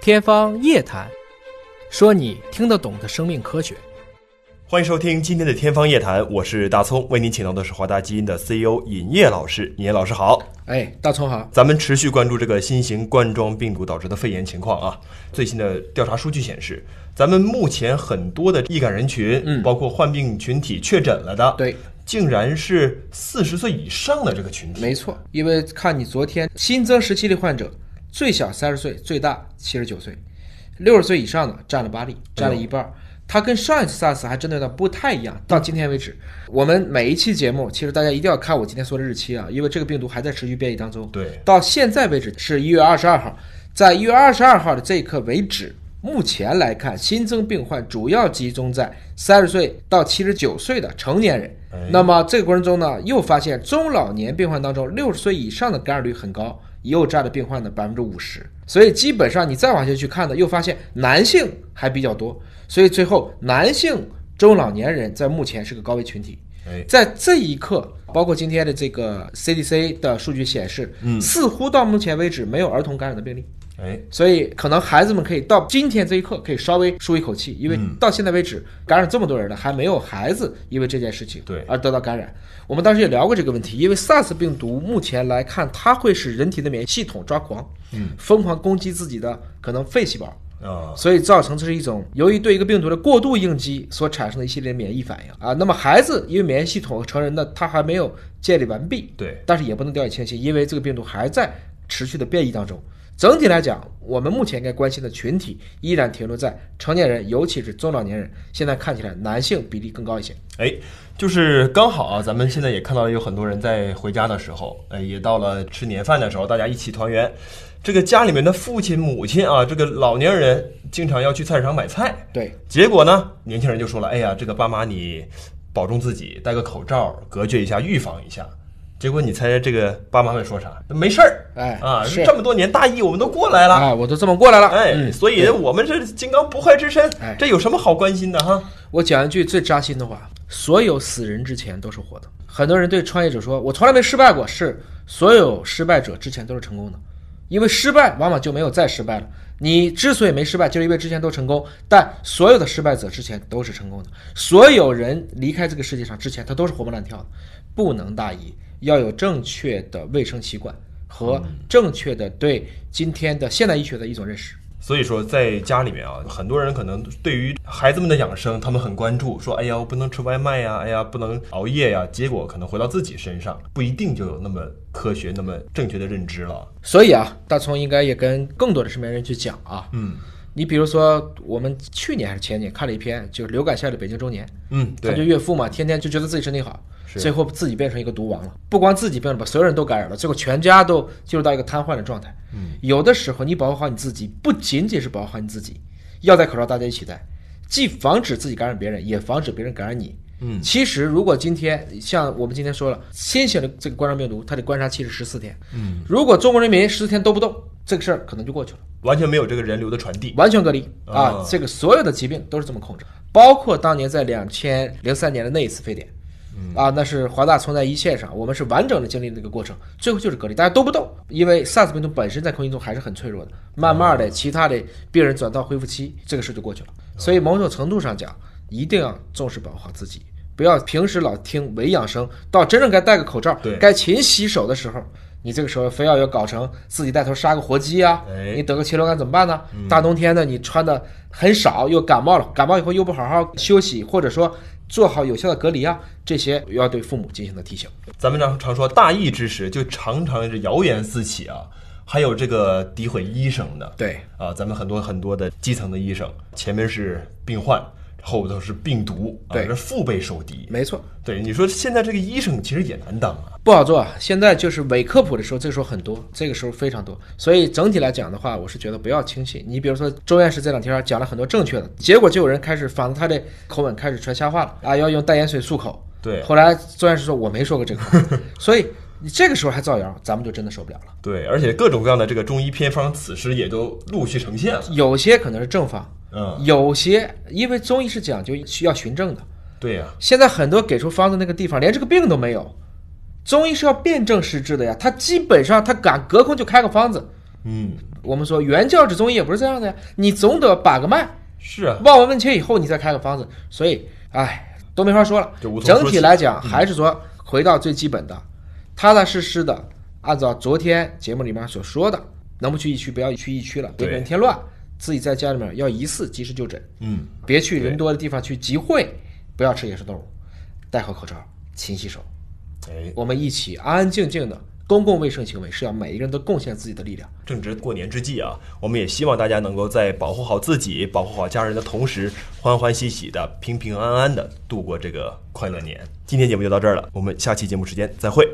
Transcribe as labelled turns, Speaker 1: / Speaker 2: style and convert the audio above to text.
Speaker 1: 天方夜谭，说你听得懂的生命科学。
Speaker 2: 欢迎收听今天的《天方夜谭》，我是大葱，为您请到的是华大基因的 CEO 尹烨老师。尹烨老师好，
Speaker 1: 哎，大葱好。
Speaker 2: 咱们持续关注这个新型冠状病毒导致的肺炎情况啊。最新的调查数据显示，咱们目前很多的易感人群，
Speaker 1: 嗯
Speaker 2: 包括患病群体确诊了的，
Speaker 1: 对，
Speaker 2: 竟然是四十岁以上的这个群体。
Speaker 1: 没错，因为看你昨天新增时期的患者，最小三十岁，最大七十九岁，六十岁以上的占了八例，占了一半儿。它跟上一次 SARS 还真的有点不太一样。到今天为止，我们每一期节目，其实大家一定要看我今天说的日期啊，因为这个病毒还在持续变异当中。
Speaker 2: 对，
Speaker 1: 到现在为止是一月二十二号，在一月二十二号的这一刻为止，目前来看，新增病患主要集中在三十岁到七十九岁的成年人。
Speaker 2: 哎
Speaker 1: 那么这个过程中呢，又发现中老年病患当中，六十岁以上的感染率很高，又占了病患的百分之五十。所以基本上你再往下去看呢，又发现男性还比较多，所以最后男性中老年人在目前是个高危群体。
Speaker 2: 哎，
Speaker 1: 在这一刻，包括今天的这个 CDC 的数据显示，嗯，似乎到目前为止没有儿童感染的病例，
Speaker 2: 哎，
Speaker 1: 所以可能孩子们可以到今天这一刻可以稍微舒一口气，因为到现在为止感染这么多人了，还没有孩子因为这件事情
Speaker 2: 对
Speaker 1: 而得到感染。我们当时也聊过这个问题，因为 SARS 病毒目前来看，它会使人体的免疫系统抓狂，嗯，疯狂攻击自己的可能肺细胞，
Speaker 2: 啊、
Speaker 1: 所以造成这是一种由于对一个病毒的过度应激所产生的一系列免疫反应啊。那么孩子因为免疫系统成人的他还没有建立完毕，
Speaker 2: 对，
Speaker 1: 但是也不能掉以轻心，因为这个病毒还在持续的变异当中。整体来讲，我们目前应该关心的群体依然停留在成年人，尤其是中老年人。现在看起来男性比例更高一些。
Speaker 2: 哎，就是刚好啊，咱们现在也看到有很多人在回家的时候，哎，也到了吃年饭的时候，大家一起团圆。这个家里面的父亲、母亲啊，这个老年人经常要去菜市场买菜，
Speaker 1: 对，
Speaker 2: 结果呢，年轻人就说了：“哎呀，这个爸妈你保重自己，戴个口罩，隔绝一下，预防一下。”结果你猜这个爸妈会说啥？没事儿，
Speaker 1: 哎
Speaker 2: 啊，
Speaker 1: 是
Speaker 2: 这么多年大疫我们都过来了，
Speaker 1: 啊，我都这么过来了。
Speaker 2: 哎，
Speaker 1: 嗯
Speaker 2: 所以我们这金刚不坏之身，
Speaker 1: 哎
Speaker 2: 这有什么好关心的哈？
Speaker 1: 我讲一句最扎心的话：所有死人之前都是活的。很多人对创业者说：“我从来没失败过。”是，所有失败者之前都是成功的，因为失败往往就没有再失败了。你之所以没失败，就是因为之前都成功。但所有的失败者之前都是成功的。所有人离开这个世界上之前，他都是活蹦乱跳的。不能大意，要有正确的卫生习惯和正确的对今天的现代医学的一种认识。
Speaker 2: 所以说，在家里面啊，很多人可能对于孩子们的养生，他们很关注，说：“哎呀，我不能吃外卖呀，哎呀，不能熬夜呀。”结果可能回到自己身上，不一定就有那么科学、那么正确的认知了。
Speaker 1: 所以啊，大葱应该也跟更多的身边人去讲啊。
Speaker 2: 嗯
Speaker 1: 你比如说，我们去年还是前年看了一篇，就是流感下的北京周年，
Speaker 2: 嗯，
Speaker 1: 他就
Speaker 2: 对，
Speaker 1: 岳父嘛，天天就觉得自己身体好，
Speaker 2: 是
Speaker 1: 最后自己变成一个毒王了。不光自己病了，把所有人都感染了，最后全家都进入到一个瘫痪的状态。嗯，有的时候你保护好你自己，不仅仅是保护好你自己，要戴口罩，大家一起戴，既防止自己感染别人，也防止别人感染你。
Speaker 2: 嗯，
Speaker 1: 其实如果今天像我们今天说了，新型的这个冠状病毒，它的观察期是十四天。嗯，如果中国人民十四天都不动，这个事儿可能就过去了。
Speaker 2: 完全没有这个人流的传递。
Speaker 1: 完全隔离啊
Speaker 2: 啊！
Speaker 1: 这个所有的疾病都是这么控制，包括当年在两千零三年的那一次非典，啊，那是华大冲在一线上，我们是完整的经历了这个过程，最后就是隔离，大家都不动，因为 SARS 病毒本身在空气中还是很脆弱的，慢慢的其他的病人转到恢复期，这个事就过去了。所以某种程度上讲，一定要重视保护好自己。不要平时老听伪养生，到真正该戴个口罩
Speaker 2: 对、
Speaker 1: 该勤洗手的时候，你这个时候非要要搞成自己带头杀个活鸡啊，
Speaker 2: 哎嗯
Speaker 1: 你得个禽流感怎么办呢？大冬天的你穿的很少，又感冒了，感冒以后又不好好休息，或者说做好有效的隔离啊，这些要对父母进行的提醒。
Speaker 2: 咱们常常说大疫之时，就常常是谣言四起啊，还有这个诋毁医生的。
Speaker 1: 对，
Speaker 2: 啊，咱们很多很多的基层的医生，前面是病患，后头是病毒，啊，
Speaker 1: 对
Speaker 2: 这腹背受敌。
Speaker 1: 没错，
Speaker 2: 对，你说现在这个医生其实也难当啊。
Speaker 1: 不好做。啊，现在就是伪科普的时候，这个时候很多，这个时候非常多。所以整体来讲的话，我是觉得不要轻信。你比如说周院士这两天讲了很多正确的，结果就有人开始仿着他的口吻开始传瞎话了啊，要用淡盐水漱口。
Speaker 2: 对
Speaker 1: 后来周院士说我没说过这个话，所以你这个时候还造谣，咱们就真的受不了了。
Speaker 2: 对，而且各种各样的这个中医偏方，此时也都陆续呈现了。
Speaker 1: 有些可能是正方，
Speaker 2: 嗯，
Speaker 1: 有些因为中医是讲究需要循证的。
Speaker 2: 对呀、
Speaker 1: 现在很多给出方子那个地方连这个病都没有，中医是要辩证施治的呀。他基本上他敢隔空就开个方子，
Speaker 2: 嗯，
Speaker 1: 我们说原教旨中医也不是这样的呀，你总得把个脉，
Speaker 2: 是啊，
Speaker 1: 望闻问切以后，你再开个方子。所以，哎，都没法说了。
Speaker 2: 就无从说
Speaker 1: 整体
Speaker 2: 起
Speaker 1: 来讲，还是说回到最基本的，踏踏实实的，按照昨天节目里面所说的，能不去疫区不要去疫区了，别给人添乱，自己在家里面要疑似及时就诊，
Speaker 2: 嗯，
Speaker 1: 别去
Speaker 2: 对
Speaker 1: 人多的地方去集会，不要吃野生动物，戴好口罩，勤洗手。
Speaker 2: 哎，
Speaker 1: 我们一起安安静静的，公共卫生行为是要每一个人都贡献自己的力量。
Speaker 2: 正值过年之际啊，我们也希望大家能够在保护好自己、保护好家人的同时，欢欢喜喜的、平平安安的度过这个快乐年。今天节目就到这儿了，我们下期节目时间再会。